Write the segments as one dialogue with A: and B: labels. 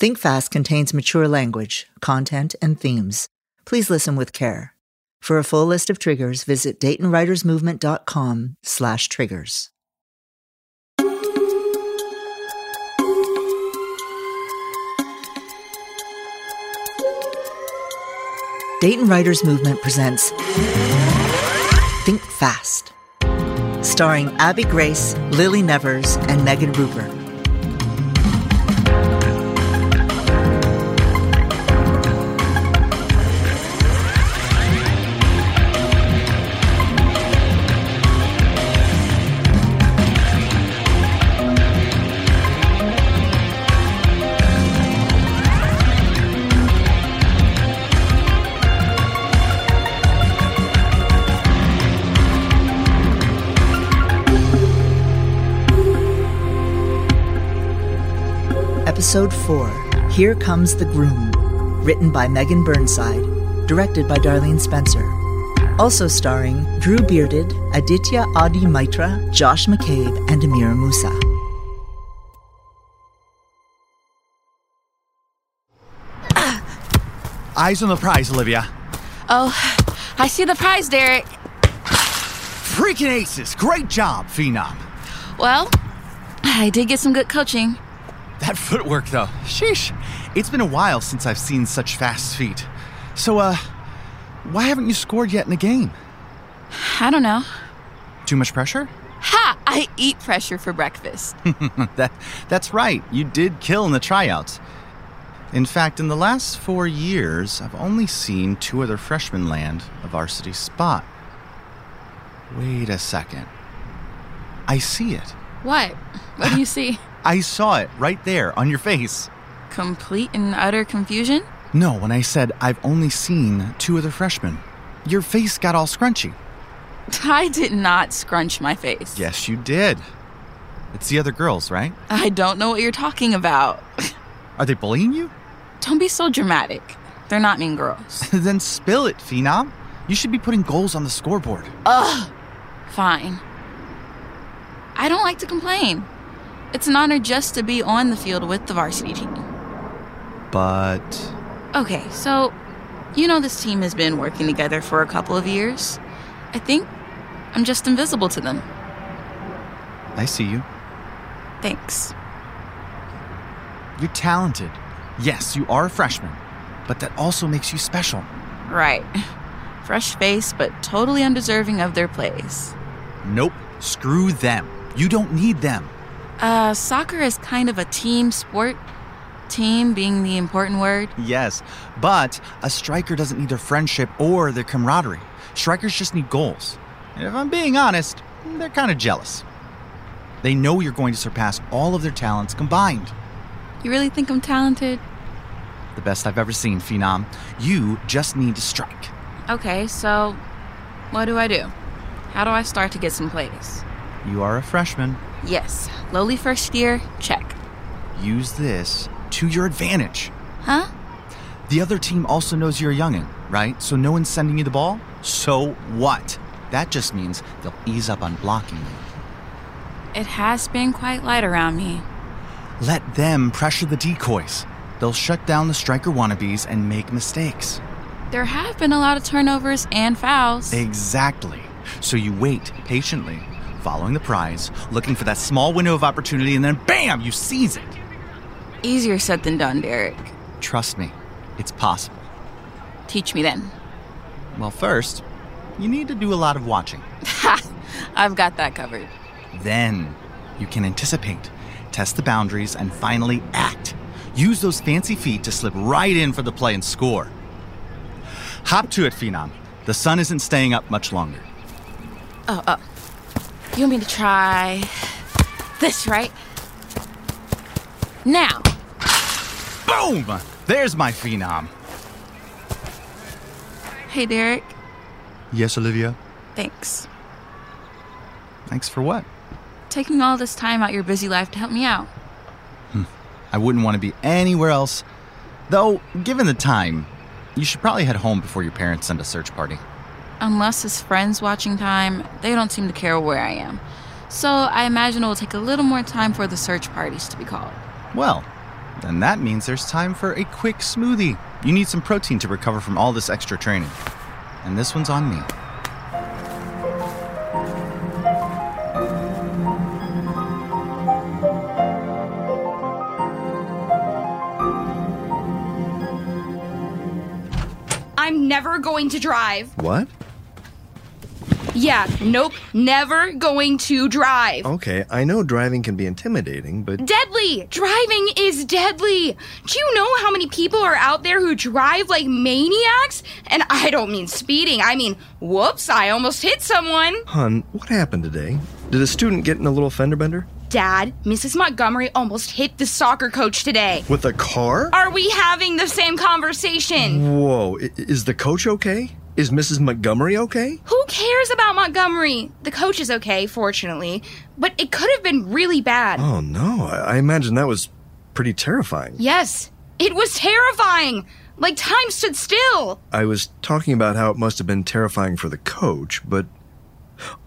A: Think Fast contains mature language, content, and themes. Please listen with care. For a full list of triggers, visit DaytonWritersMovement.com slash triggers. Dayton Writers Movement presents Think Fast, starring Abby Grace, Lily Nevers, and Megan Rupert. Episode 4 Here Comes the Groom. Written by Megan Burnside. Directed by Darlene Spencer. Also starring Drew Bearded, Aditya Adi Mitra, Josh McCabe, and Amira Musa.
B: Eyes on the prize, Olivia.
C: Oh, I see the prize, Derek.
B: Freaking aces! Great job, Phenom.
C: Well, I did get some good coaching.
B: That footwork, though. Sheesh. It's been a while since I've seen such fast feet. So, uh, why haven't you scored yet in a game?
C: I don't know.
B: Too much pressure?
C: Ha! I eat pressure for breakfast.
B: that, that's right. You did kill in the tryouts. In fact, in the last four years, I've only seen two other freshmen land a varsity spot. Wait a second. I see it.
C: what? What do you see?
B: I saw it right there on your face.
C: Complete and utter confusion?
B: No, when I said I've only seen two other freshmen, your face got all scrunchy.
C: I did not scrunch my face.
B: Yes, you did. It's the other girls, right?
C: I don't know what you're talking about.
B: Are they bullying you?
C: don't be so dramatic. They're not mean girls.
B: then spill it, Phenom. You should be putting goals on the scoreboard.
C: Ugh! Fine. I don't like to complain. It's an honor just to be on the field with the varsity team.
B: But
C: Okay, so you know this team has been working together for a couple of years. I think I'm just invisible to them.
B: I see you.
C: Thanks.
B: You're talented. Yes, you are a freshman, but that also makes you special.
C: Right. Fresh face, but totally undeserving of their plays.
B: Nope, screw them. You don't need them.
C: Uh, soccer is kind of a team sport. Team being the important word.
B: Yes, but a striker doesn't need their friendship or their camaraderie. Strikers just need goals. And if I'm being honest, they're kind of jealous. They know you're going to surpass all of their talents combined.
C: You really think I'm talented?
B: The best I've ever seen, Phenom. You just need to strike.
C: Okay, so what do I do? How do I start to get some plays?
B: You are a freshman.
C: Yes, lowly first year, check.
B: Use this to your advantage.
C: Huh?
B: The other team also knows you're a youngin', right? So no one's sending you the ball? So what? That just means they'll ease up on blocking you.
C: It has been quite light around me.
B: Let them pressure the decoys. They'll shut down the striker wannabes and make mistakes.
C: There have been a lot of turnovers and fouls.
B: Exactly. So you wait patiently, following the prize, looking for that small window of opportunity, and then bam, you seize it.
C: Easier said than done, Derek.
B: Trust me, it's possible.
C: Teach me then.
B: Well, first, you need to do a lot of watching.
C: Ha! I've got that covered.
B: Then you can anticipate, test the boundaries, and finally act. Use those fancy feet to slip right in for the play and score. Hop to it, Phenom. The sun isn't staying up much longer.
C: Oh, oh. You want me to try this, right? Now.
B: Boom! There's my Phenom.
C: Hey, Derek.
B: Yes, Olivia?
C: Thanks.
B: Thanks for what?
C: Taking all this time out your busy life to help me out.
B: I wouldn't want to be anywhere else. Though, given the time, you should probably head home before your parents send a search party.
C: Unless it's friends watching time, they don't seem to care where I am. So I imagine it will take a little more time for the search parties to be called.
B: Well, then that means there's time for a quick smoothie. You need some protein to recover from all this extra training. And this one's on me.
D: I'm never going to drive.
E: What?
D: Yeah, nope, never going to drive.
E: Okay, I know driving can be intimidating, but
D: Deadly! Driving is deadly! Do you know how many people are out there who drive like maniacs? And I don't mean speeding, I mean, whoops, I almost hit someone.
E: hun, what happened today? Did a student get in a little fender bender?
D: Dad, Mrs. Montgomery almost hit the soccer coach today.
E: With a car?
D: Are we having the same conversation?
E: Whoa, I- is the coach okay? Is Mrs. Montgomery okay?
D: Who cares about Montgomery? The coach is okay, fortunately, but it could have been really bad.
E: Oh no, I, I imagine that was pretty terrifying.
D: Yes, it was terrifying. Like time stood still.
E: I was talking about how it must have been terrifying for the coach, but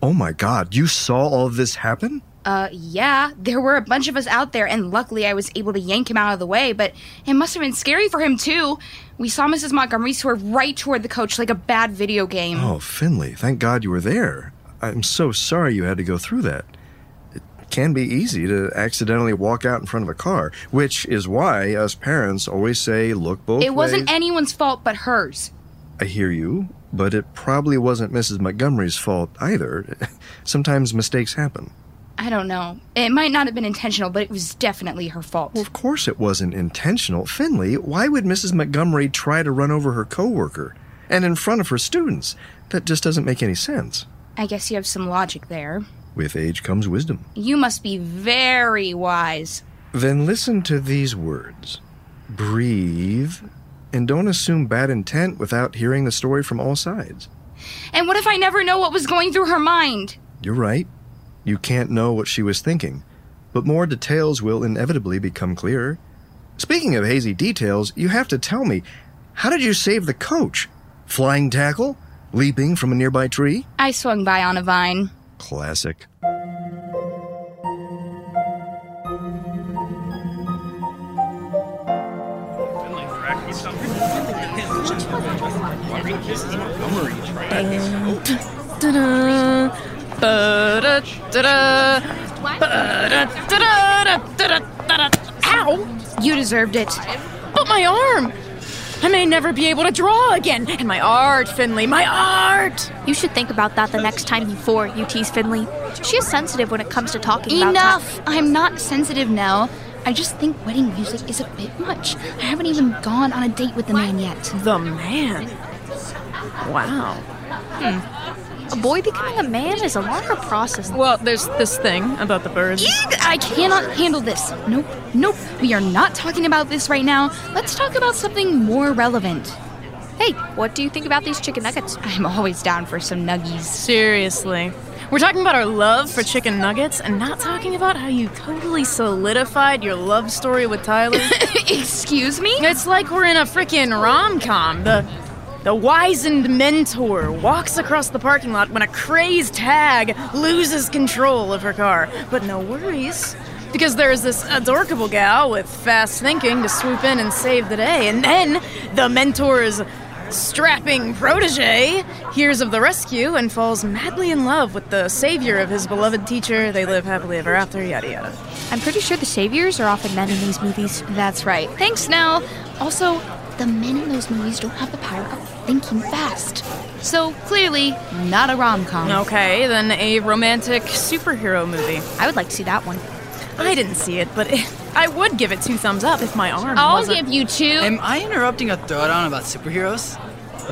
E: oh my god, you saw all of this happen?
D: Uh, yeah, there were a bunch of us out there, and luckily I was able to yank him out of the way, but it must have been scary for him, too. We saw Mrs. Montgomery swerve right toward the coach like a bad video game.
E: Oh, Finley, thank God you were there. I'm so sorry you had to go through that. It can be easy to accidentally walk out in front of a car, which is why us parents always say, look both
D: it wasn't
E: ways."
D: anyone's fault but hers.
E: I hear you, but it probably wasn't Mrs. Montgomery's fault either. Sometimes mistakes happen.
D: I don't know. It might not have been intentional, but it was definitely her fault.
E: Well, of course it wasn't intentional. Finley, why would Mrs. Montgomery try to run over her coworker and in front of her students? That just doesn't make any sense.
D: I guess you have some logic there.
E: With age comes wisdom.
D: You must be very wise.
E: Then listen to these words breathe, and don't assume bad intent without hearing the story from all sides.
D: And what if I never know what was going through her mind?
E: You're right. You can't know what she was thinking, but more details will inevitably become clearer. Speaking of hazy details, you have to tell me how did you save the coach? Flying tackle? Leaping from a nearby tree?
D: I swung by on a vine.
E: Classic.
C: Da-da, ba-da, da-da, ba-da, da-da, da-da, da-da. Ow!
D: You deserved it.
C: But my arm! I may never be able to draw again. And my art, Finley, my art!
F: You should think about that the next time you four, you tease Finley. She is sensitive when it comes to talking about time.
D: Enough! I'm not sensitive now. I just think wedding music is a bit much. I haven't even gone on a date with the man yet.
G: The man. Wow. Hmm.
C: Hmm.
F: A boy becoming a man is a longer process.
G: Well, there's this thing about the birds.
D: Eek! I cannot handle this. Nope, nope. We are not talking about this right now. Let's talk about something more relevant.
F: Hey, what do you think about these chicken nuggets?
D: I'm always down for some nuggies.
G: Seriously. We're talking about our love for chicken nuggets and not talking about how you totally solidified your love story with Tyler.
D: Excuse me?
G: it's like we're in a freaking rom com. The the wizened mentor walks across the parking lot when a crazed hag loses control of her car. But no worries. Because there is this adorable gal with fast thinking to swoop in and save the day. And then the mentor's strapping protege hears of the rescue and falls madly in love with the savior of his beloved teacher. They live happily ever after, yada yada.
F: I'm pretty sure the saviors are often men in these movies.
D: That's right. Thanks, Nell. Also,
H: The men in those movies don't have the power of thinking fast.
D: so clearly, not a rom com.
G: Okay, then a romantic superhero movie.
F: I would like to see that one.
G: I didn't see it, but I would give it two thumbs up if my arm
D: I'll
G: wasn't.
D: give you two.
I: Am I interrupting a throwdown about superheroes?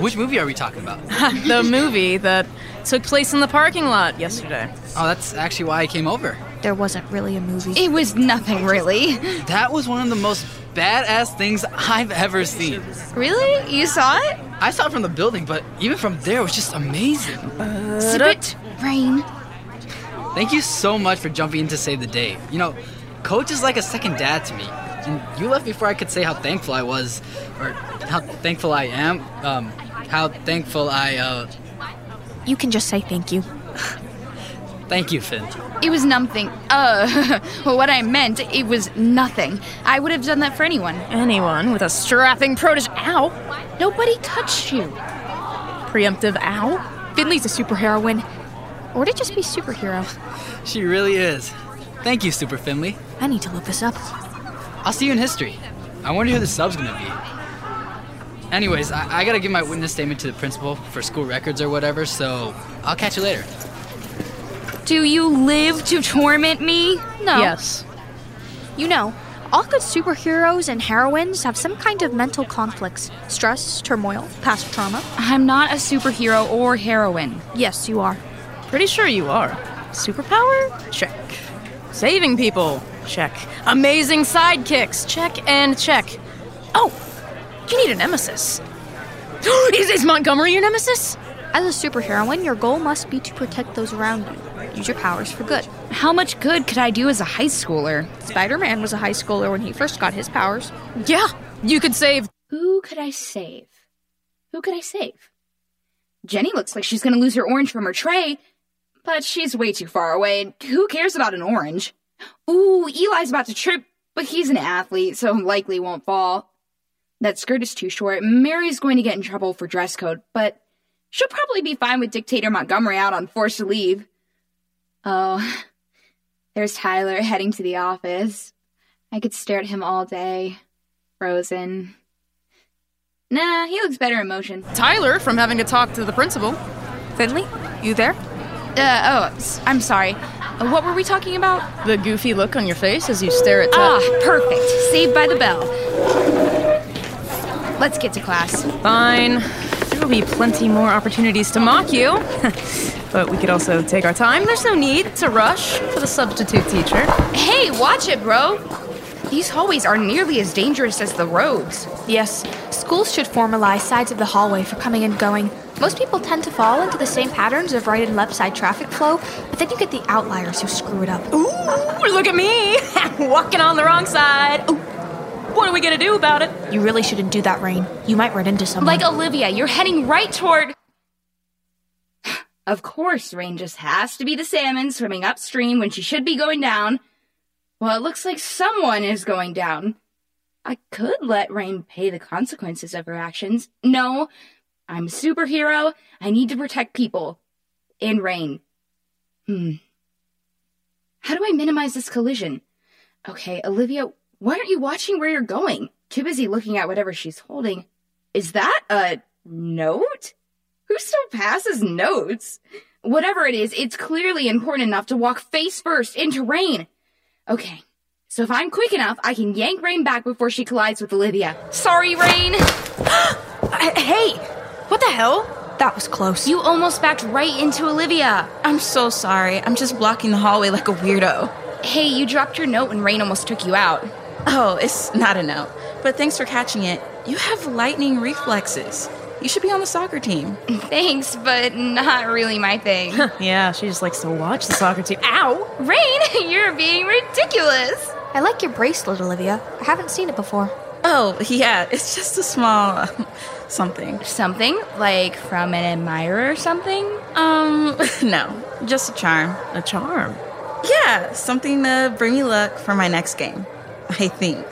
I: Which movie are we talking about?
G: the movie that took place in the parking lot yesterday.
I: Oh, that's actually why I came over.
F: There wasn't really a movie.
D: It was nothing, really.
I: That was one of the most badass things I've ever seen.
D: Really? You saw it?
I: I saw it from the building, but even from there, it was just amazing.
D: Sip it.
H: Rain,
I: Thank you so much for jumping in to save the day. You know, Coach is like a second dad to me. And you left before I could say how thankful I was, or how thankful I am, um, how thankful I, uh,
F: You can just say thank you.
I: thank you, Finn.
D: It was nothing. Uh, what I meant, it was nothing. I would have done that for anyone.
G: Anyone with a strapping protege. Ow!
D: Nobody touched you.
G: Preemptive ow.
F: Finley's a superheroine. Or to just be superhero.
I: She really is. Thank you, Super Finley.
F: I need to look this up.
I: I'll see you in history. I wonder who the sub's gonna be. Anyways, I, I gotta give my witness statement to the principal for school records or whatever, so I'll catch you later.
D: Do you live to torment me? No.
G: Yes.
F: You know, all good superheroes and heroines have some kind of mental conflicts stress, turmoil, past trauma.
D: I'm not a superhero or heroine.
F: Yes, you are.
G: Pretty sure you are. Superpower? Check. Saving people? Check. Amazing sidekicks? Check and check. Oh, you need a nemesis. is, is Montgomery your nemesis?
F: As a superheroine, your goal must be to protect those around you. Use your powers for good.
D: How much good could I do as a high schooler?
F: Spider Man was a high schooler when he first got his powers.
G: Yeah, you could save.
H: who could I save? Who could I save?
D: Jenny looks like she's gonna lose her orange from her tray, but she's way too far away. and Who cares about an orange? Ooh, Eli's about to trip, but he's an athlete, so likely won't fall. That skirt is too short. Mary's going to get in trouble for dress code, but she'll probably be fine with Dictator Montgomery out on forced leave. Oh, there's Tyler heading to the office. I could stare at him all day. Frozen. Nah, he looks better in motion.
G: Tyler from having to talk to the principal.
J: Finley, you there?
D: Uh, oh, s- I'm sorry. Uh, What were we talking about?
G: The goofy look on your face as you stare at
D: Ah, perfect. Saved by the bell. Let's get to class.
G: Fine. There will be plenty more opportunities to mock you. but we could also take our time. There's no need to rush for the substitute teacher.
D: Hey, watch it, bro. These hallways are nearly as dangerous as the roads.
F: Yes, schools should formalize sides of the hallway for coming and going. Most people tend to fall into the same patterns of right and left side traffic flow, but then you get the outliers who screw it up.
G: Ooh, look at me! Walking on the wrong side. Ooh. What are we gonna do about it?
F: You really shouldn't do that, Rain. You might run into someone.
D: Like Olivia, you're heading right toward. Of course, Rain just has to be the salmon swimming upstream when she should be going down. Well, it looks like someone is going down. I could let Rain pay the consequences of her actions. No, I'm a superhero. I need to protect people. In Rain. Hmm. How do I minimize this collision? Okay, Olivia, why aren't you watching where you're going? Too busy looking at whatever she's holding. Is that a note? Who still passes notes? Whatever it is, it's clearly important enough to walk face first into rain. Okay, so if I'm quick enough, I can yank Rain back before she collides with Olivia. Sorry, Rain! Uh,
G: Hey, what the hell?
F: that was close.
D: You almost backed right into Olivia.
C: I'm so sorry. I'm just blocking the hallway like a weirdo.
D: Hey, you dropped your note when Rain almost took you out.
C: Oh, it's not a no. But thanks for catching it. You have lightning reflexes. You should be on the soccer team.
D: Thanks, but not really my thing.
G: yeah, she just likes to watch the soccer team. Ah, Ow!
D: Rain, you're being ridiculous.
F: I like your bracelet, Olivia. I haven't seen it before.
C: Oh, yeah, it's just a small uh, something.
D: Something? Like from an admirer or something?
C: Um, no, just a charm.
G: A charm.
C: Yeah, something to bring me luck for my next game, I think.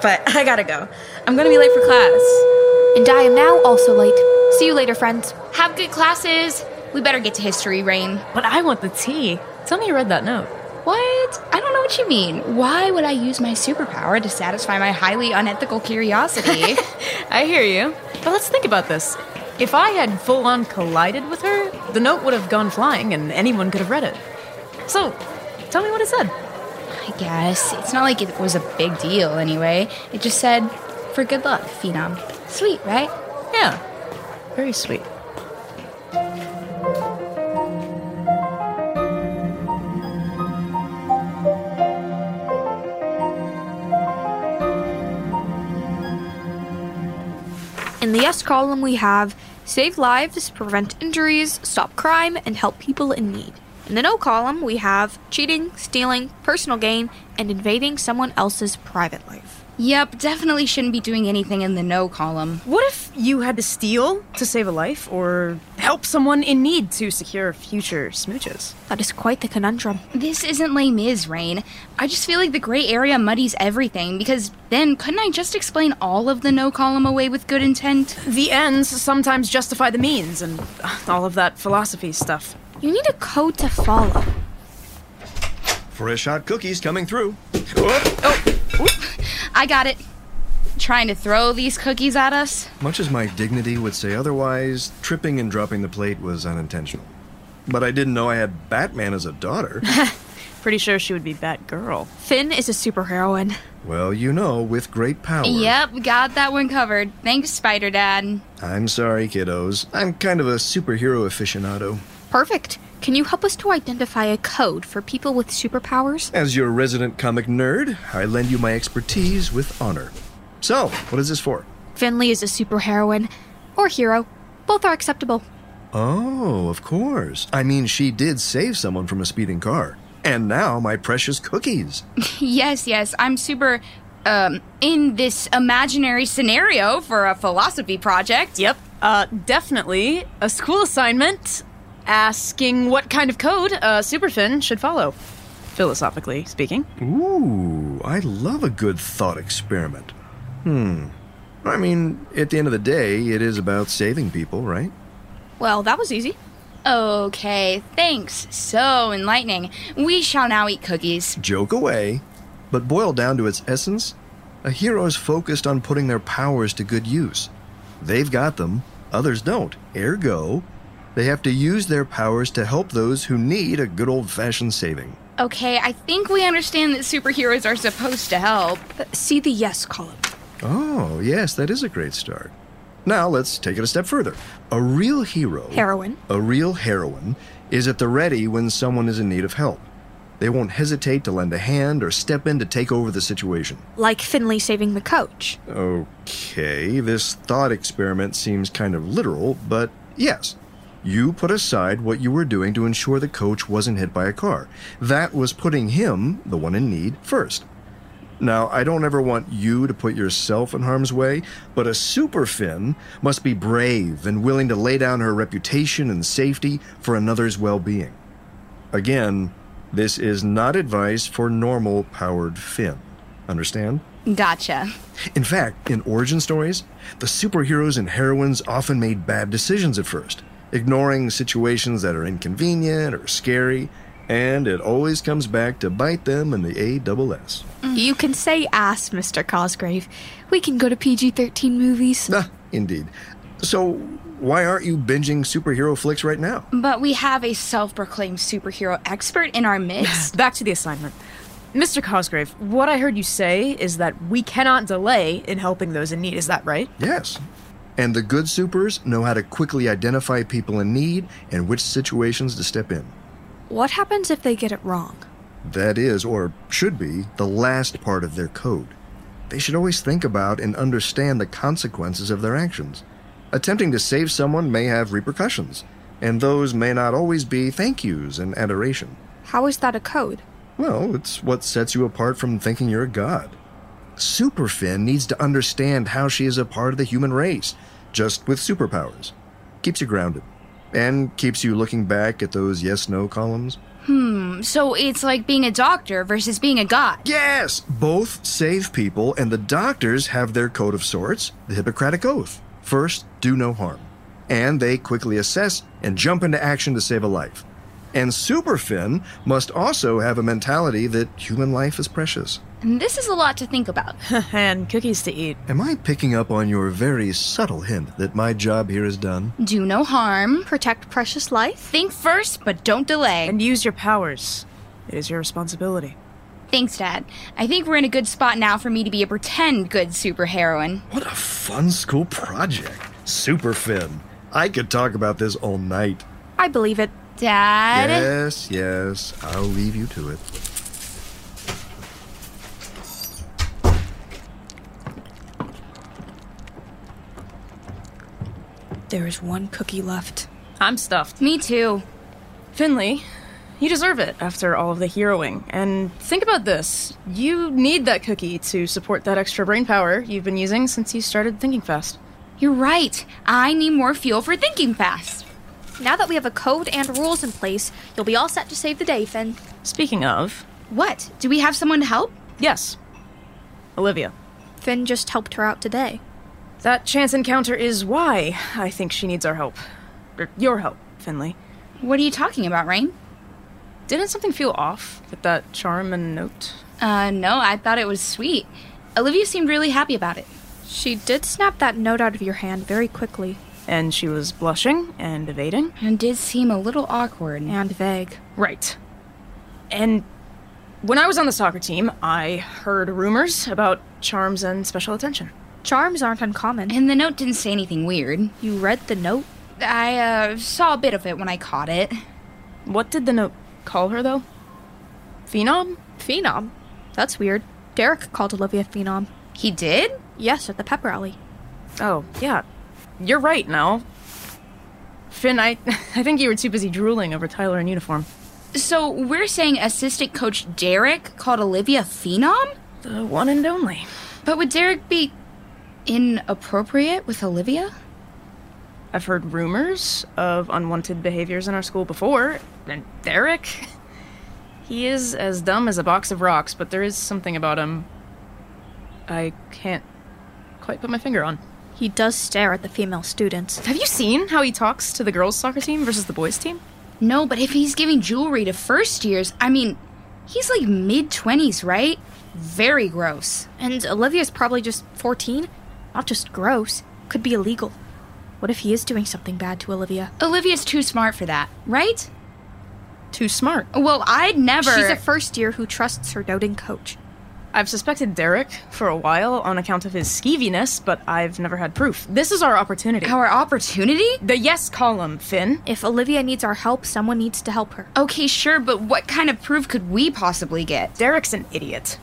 C: But I gotta go. I'm gonna be late for class.
F: And I am now also late. See you later, friends.
D: Have good classes. We better get to history, Rain.
G: But I want the tea. Tell me you read that note.
D: What? I don't know what you mean. Why would I use my superpower to satisfy my highly unethical curiosity?
G: I hear you. But let's think about this. If I had full on collided with her, the note would have gone flying and anyone could have read it. So, tell me what it said.
D: I guess. It's not like it was a big deal anyway. It just said, for good luck, Phenom. Sweet, right?
G: Yeah, very sweet.
F: In the yes column, we have save lives, prevent injuries, stop crime, and help people in need. In the no column, we have cheating, stealing, personal gain, and invading someone else's private life.
D: Yep, definitely shouldn't be doing anything in the no column.
G: What if you had to steal to save a life or help someone in need to secure future smooches?
F: That is quite the conundrum.
D: This isn't Les Mis, Rain. I just feel like the gray area muddies everything because then couldn't I just explain all of the no column away with good intent?
G: The ends sometimes justify the means and
F: uh,
G: all of that philosophy stuff.
F: You need a code to follow.
E: Fresh hot cookies coming through.
D: I got it. Trying to throw these cookies at us?
E: Much as my dignity would say otherwise, tripping and dropping the plate was unintentional. But I didn't know I had Batman as a daughter.
G: Pretty sure she would be Batgirl.
F: Finn is a superheroine.
E: well, you know, with great power.
D: Yep, got that one covered. Thanks, Spider Dad.
E: I'm sorry, kiddos. I'm kind of a superhero aficionado.
F: Perfect. Can you help us to identify a code for people with superpowers?
E: As your resident comic nerd, I lend you my expertise with honor. So, what is this for?
F: Finley is a superheroine. Or hero. Both are acceptable.
E: Oh, of course. I mean, she did save someone from a speeding car. And now my precious cookies.
D: Yes, yes, I'm super. Um, in this imaginary scenario for a philosophy project.
G: Yep. Uh, definitely a school assignment asking what kind of code a superfin should follow, philosophically speaking.
E: Ooh, I love a good thought experiment. Hmm. I mean, at the end of the day, it is about saving people, right?
F: Well, that was easy.
D: Okay, thanks. So enlightening. We shall now eat cookies.
E: Joke away. But boiled down to its essence, a hero is focused on putting their powers to good use. They've got them, others don't. Ergo, they have to use their powers to help those who need a good old fashioned saving.
D: Okay, I think we understand that superheroes are supposed to help.
F: Uh, See the yes column.
E: Oh, yes, that is a great start. Now let's take it a step further. A real hero,
F: Heroine.
E: a real heroine, is at the ready when someone is in need of help. They won't hesitate to lend a hand or step in to take over the situation.
F: Like Finley saving the coach.
E: Okay, this thought experiment seems kind of literal, but yes. You put aside what you were doing to ensure the coach wasn't hit by a car. That was putting him, the one in need, first. Now, I don't ever want you to put yourself in harm's way, but a super Finn must be brave and willing to lay down her reputation and safety for another's well being. Again, this is not advice for normal powered Finn. Understand?
D: Gotcha.
E: In fact, in origin stories, the superheroes and heroines often made bad decisions at first, ignoring situations that are inconvenient or scary, and it always comes back to bite them in the A double S.
F: Mm. You can say ass, Mr. Cosgrave. We can go to PG 13 movies.
E: Ah, indeed. So, why aren't you binging superhero flicks right now?
D: But we have a self proclaimed superhero expert in our midst.
G: Back to the assignment. Mr. Cosgrave, what I heard you say is that we cannot delay in helping those in need. Is that right?
E: Yes. And the good supers know how to quickly identify people in need and which situations to step in.
F: What happens if they get it wrong?
E: That is, or should be, the last part of their code. They should always think about and understand the consequences of their actions. Attempting to save someone may have repercussions, and those may not always be thank yous and adoration.
F: How is that a code?
E: Well, it's what sets you apart from thinking you're a god. Superfin needs to understand how she is a part of the human race, just with superpowers. Keeps you grounded, and keeps you looking back at those yes no columns.
D: Hmm, so it's like being a doctor versus being a god.
E: Yes! Both save people, and the doctors have their code of sorts, the Hippocratic Oath. First, do no harm. And they quickly assess and jump into action to save a life. And Superfin must also have a mentality that human life is precious.
D: And this is a lot to think about.
G: and cookies to eat.
E: Am I picking up on your very subtle hint that my job here is done?
D: Do no harm.
F: Protect precious life.
D: Think first, but don't delay.
G: And use your powers. It is your responsibility.
D: Thanks, Dad. I think we're in a good spot now for me to be a pretend good superheroine.
E: What a fun school project. Superfin. I could talk about this all night.
F: I believe it.
D: Dad?
E: Yes, yes. I'll leave you to it.
K: There is one cookie left.
G: I'm stuffed.
D: Me too.
G: Finley, you deserve it after all of the heroing. And think about this you need that cookie to support that extra brain power you've been using since you started thinking fast.
D: You're right. I need more fuel for thinking fast.
F: Now that we have a code and rules in place, you'll be all set to save the day, Finn.
G: Speaking of,
D: What? Do we have someone to help?
G: yes, Olivia.
F: Finn just helped her out today.
G: That chance encounter is why I think she needs our help. Or your help, Finley.
D: What are you talking about, Rain?
G: Didn't something feel off with that charm and note?
D: Uh, no, I thought it was sweet. Olivia seemed really happy about it.
F: She did snap that note out of your hand very quickly
G: And she was blushing and evading.
D: And it did seem a little awkward.
F: and vague.
G: Right. And when I was on the soccer team, I heard rumors about charms and special attention.
F: Charms aren't uncommon.
D: And the note didn't say anything weird.
F: You read the note?
D: I, uh, saw a bit of it when I caught it.
G: What did the note call her, though? Phenom?
F: Phenom. That's weird. Derek called Olivia Phenom.
D: He did?
F: Yes, at the pep rally.
G: Oh, yeah. You're right now. Finn, I, I think you were too busy drooling over Tyler in uniform.
D: So we're saying assistant coach Derek called Olivia Phenom?
G: The one and only.
D: But would Derek be inappropriate with Olivia?
G: I've heard rumors of unwanted behaviors in our school before, and Derek. He is as dumb as a box of rocks, but there is something about him I can't quite put my finger on.
F: He does stare at the female students.
G: Have you seen how he talks to the girls' soccer team versus the boys' team?
D: No, but if he's giving jewelry to first years, I mean, he's like mid 20s, right? Very gross.
F: And Olivia's probably just 14. Not just gross, could be illegal. What if he is doing something bad to Olivia?
D: Olivia's too smart for that, right?
G: Too smart.
D: Well, I'd never.
F: She's a first year who trusts her doting coach.
G: I've suspected Derek for a while on account of his skeeviness, but I've never had proof. This is our opportunity.
D: Our opportunity?
G: the yes column, Finn.
F: If Olivia needs our help, someone needs to help her.
D: Okay, sure, but what kind of proof could we possibly get?
G: Derek's an idiot.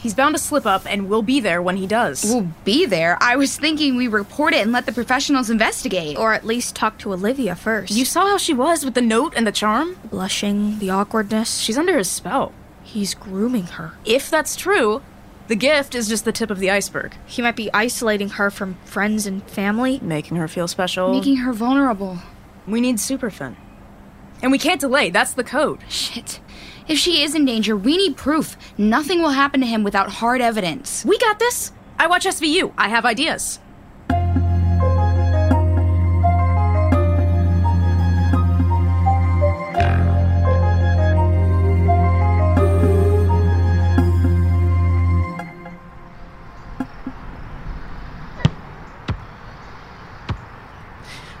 G: He's bound to slip up, and we'll be there when he does.
D: We'll be there. I was thinking we report it and let the professionals investigate.
F: Or at least talk to Olivia first.
G: You saw how she was with the note and the charm?
F: blushing, the awkwardness.
G: She's under his spell.
F: He's grooming her.
G: If that's true, the gift is just the tip of the iceberg.
F: He might be isolating her from friends and family.
G: Making her feel special.
D: making her vulnerable.
G: we need Superfin. And we can't delay, that's the code.
D: Shit. If she is in danger, we need proof. Nothing will happen to him without hard evidence.
G: We got this! I watch SVU, I have ideas.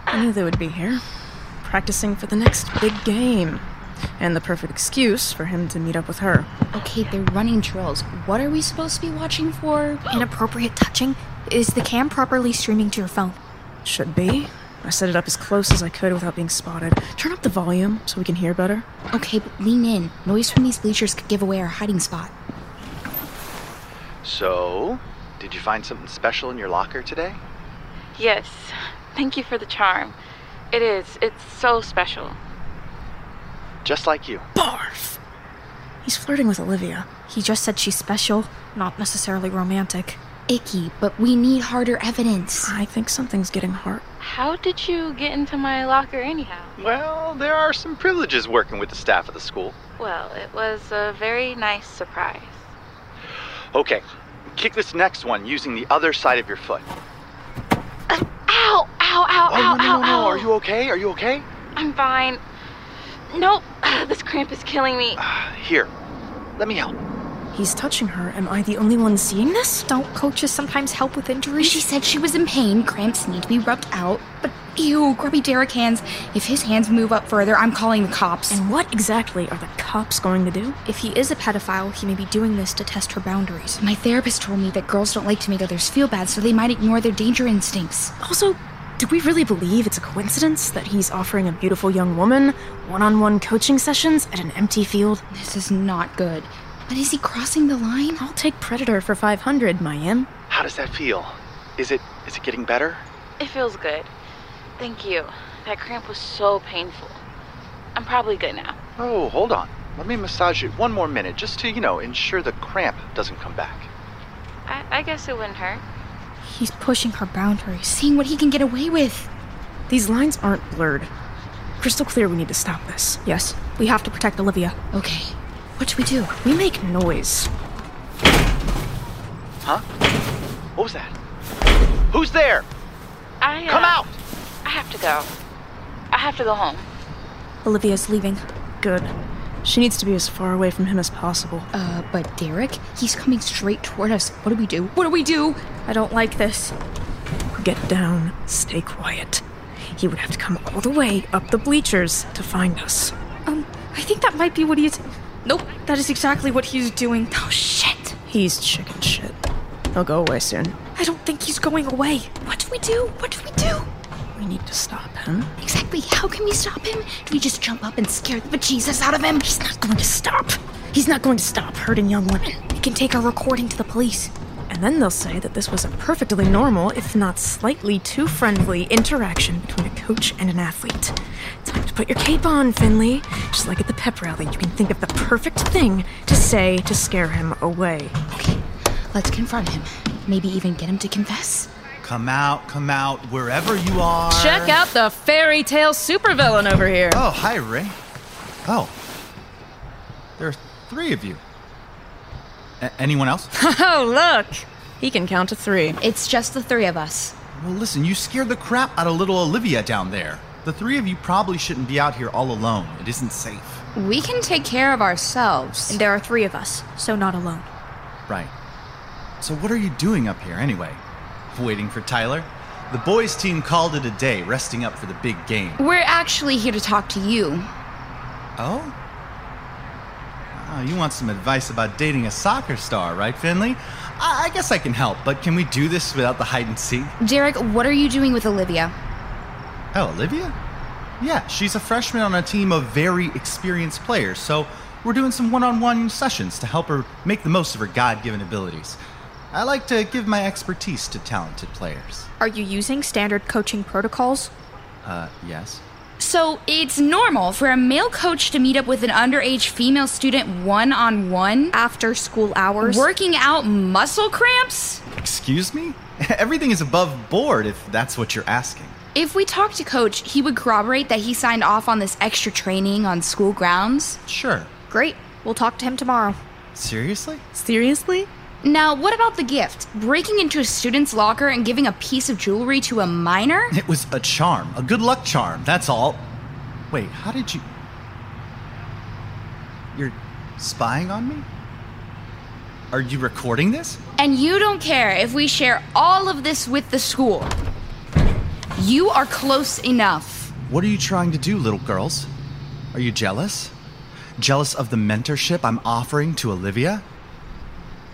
G: I knew they would be here, practicing for the next big game. And the perfect excuse for him to meet up with her.
D: Okay, they're running drills. What are we supposed to be watching for?
F: Inappropriate touching? Is the cam properly streaming to your phone?
G: Should be. I set it up as close as I could without being spotted. Turn up the volume so we can hear better.
D: Okay, but lean in. Noise from these bleachers could give away our hiding spot.
B: So, did you find something special in your locker today?
C: Yes, thank you for the charm. It is. It's so special.
B: Just like you.
G: Barf! He's flirting with Olivia. He just said she's special, not necessarily romantic.
D: Icky, but we need harder evidence.
G: I think something's getting hard.
C: How did you get into my locker, anyhow?
B: Well, there are some privileges working with the staff of the school.
C: Well, it was a very nice surprise.
B: Okay, kick this next one using the other side of your foot.
C: Ow! Ow! Ow!
B: oh,
C: ow!
B: no,
C: ow!
B: no, no.
C: ow!
B: Are you okay? Are you okay?
C: I'm fine. Nope. This cramp is killing me.
B: Ah, Here, let me help.
G: He's touching her. Am I the only one seeing this?
D: Don't coaches sometimes help with injuries? She said she was in pain. Cramps need to be rubbed out. But ew, grubby Derek hands. If his hands move up further, I'm calling the cops.
G: And what exactly are the cops going to do?
L: If he is a pedophile, he may be doing this to test her boundaries.
D: My therapist told me that girls don't like to make others feel bad, so they might ignore their danger instincts.
G: Also, do we really believe it's a coincidence that he's offering a beautiful young woman one on one coaching sessions at an empty field?
D: This is not good. But is he crossing the line?
G: I'll take Predator for 500, Mayim.
B: How does that feel? Is it is it getting better?
C: It feels good. Thank you. That cramp was so painful. I'm probably good now.
B: Oh, hold on. Let me massage it one more minute just to, you know, ensure the cramp doesn't come back.
C: I, I guess it wouldn't hurt.
L: He's pushing her boundaries.
D: Seeing what he can get away with.
G: These lines aren't blurred. Crystal clear we need to stop this. Yes, we have to protect Olivia.
D: Okay. What do we do?
G: We make noise.
B: Huh? What was that? Who's there?
C: I uh,
B: Come out!
C: I have to go. I have to go home.
G: Olivia's leaving. Good. She needs to be as far away from him as possible.
D: Uh, but Derek, he's coming straight toward us. What do we do? What do we do?
G: I don't like this. Get down. Stay quiet. He would have to come all the way up the bleachers to find us.
L: Um, I think that might be what he is. Nope, that is exactly what he's doing.
D: Oh shit!
G: He's chicken shit. He'll go away soon.
L: I don't think he's going away.
D: What do we do? What do we do?
G: We need to stop him.
D: Exactly. How can we stop him? Do we just jump up and scare the bejesus out of him?
G: He's not going to stop. He's not going to stop hurting young women.
L: We can take our recording to the police.
G: And then they'll say that this was a perfectly normal, if not slightly too friendly, interaction between a coach and an athlete. Time to put your cape on, Finley. Just like at the pep rally, you can think of the perfect thing to say to scare him away.
D: Okay, let's confront him. Maybe even get him to confess.
B: Come out, come out, wherever you are.
M: Check out the fairy tale supervillain over here.
B: Oh, hi, Ray. Oh, there are three of you. A- anyone else?
M: Oh, look. He can count to three.
D: It's just the three of us.
B: Well, listen, you scared the crap out of little Olivia down there. The three of you probably shouldn't be out here all alone. It isn't safe.
D: We can take care of ourselves.
L: And there are three of us, so not alone.
B: Right. So, what are you doing up here anyway? Waiting for Tyler? The boys' team called it a day, resting up for the big game.
D: We're actually here to talk to you.
B: Oh? Oh, you want some advice about dating a soccer star, right, Finley? I, I guess I can help, but can we do this without the hide and seek?
D: Derek, what are you doing with Olivia?
B: Oh, Olivia? Yeah, she's a freshman on a team of very experienced players, so we're doing some one on one sessions to help her make the most of her God given abilities. I like to give my expertise to talented players.
L: Are you using standard coaching protocols?
B: Uh, yes.
D: So, it's normal for a male coach to meet up with an underage female student one on one?
L: After school hours?
D: Working out muscle cramps?
B: Excuse me? Everything is above board if that's what you're asking.
D: If we talk to Coach, he would corroborate that he signed off on this extra training on school grounds.
B: Sure.
L: Great. We'll talk to him tomorrow.
B: Seriously?
M: Seriously?
D: Now, what about the gift? Breaking into a student's locker and giving a piece of jewelry to a minor?
B: It was a charm, a good luck charm, that's all. Wait, how did you. You're spying on me? Are you recording this?
D: And you don't care if we share all of this with the school. You are close enough.
B: What are you trying to do, little girls? Are you jealous? Jealous of the mentorship I'm offering to Olivia?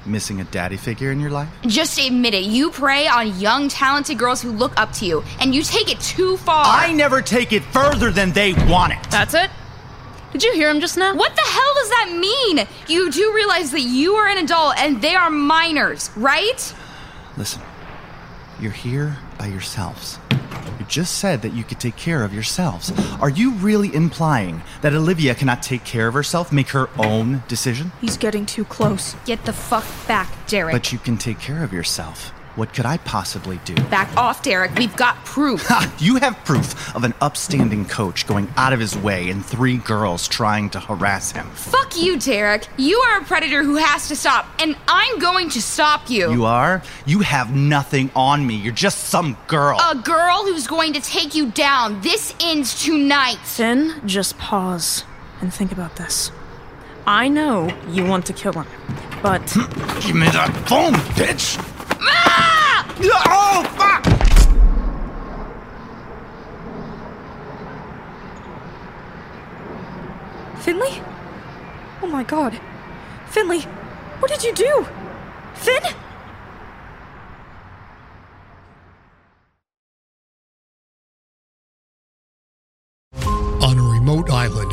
B: Missing a daddy figure in your life?
D: Just admit it. You prey on young, talented girls who look up to you, and you take it too far.
B: I never take it further than they want it.
M: That's it? Did you hear him just now?
D: What the hell does that mean? You do realize that you are an adult and they are minors, right?
B: Listen, you're here by yourselves. You just said that you could take care of yourselves. Are you really implying that Olivia cannot take care of herself, make her own decision?
F: He's getting too close.
H: Get the fuck back, Derek.
B: But you can take care of yourself. What could I possibly do?
H: Back off, Derek. We've got proof.
B: Ha! You have proof of an upstanding coach going out of his way and three girls trying to harass him.
H: Fuck you, Derek. You are a predator who has to stop, and I'm going to stop you.
B: You are? You have nothing on me. You're just some girl.
D: Oh.
H: A girl who's going to take you down. This ends tonight.
K: Finn, just pause and think about this. I know you want to kill him, but.
B: Give me that phone, bitch! Oh, fuck!
K: Finley? Oh my god. Finley, what did you do? Finn?
N: On a remote island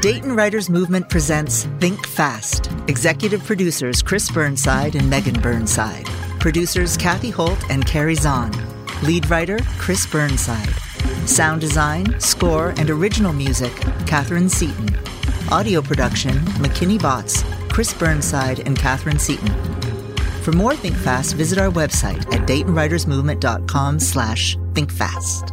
A: Dayton Writers Movement presents Think Fast. Executive producers Chris Burnside and Megan Burnside. Producers Kathy Holt and Carrie Zahn. Lead writer Chris Burnside. Sound design, score, and original music Katherine Seaton. Audio production McKinney Botts, Chris Burnside, and Katherine Seaton. For more Think Fast, visit our website at DaytonWritersMovement.com slash Think Fast.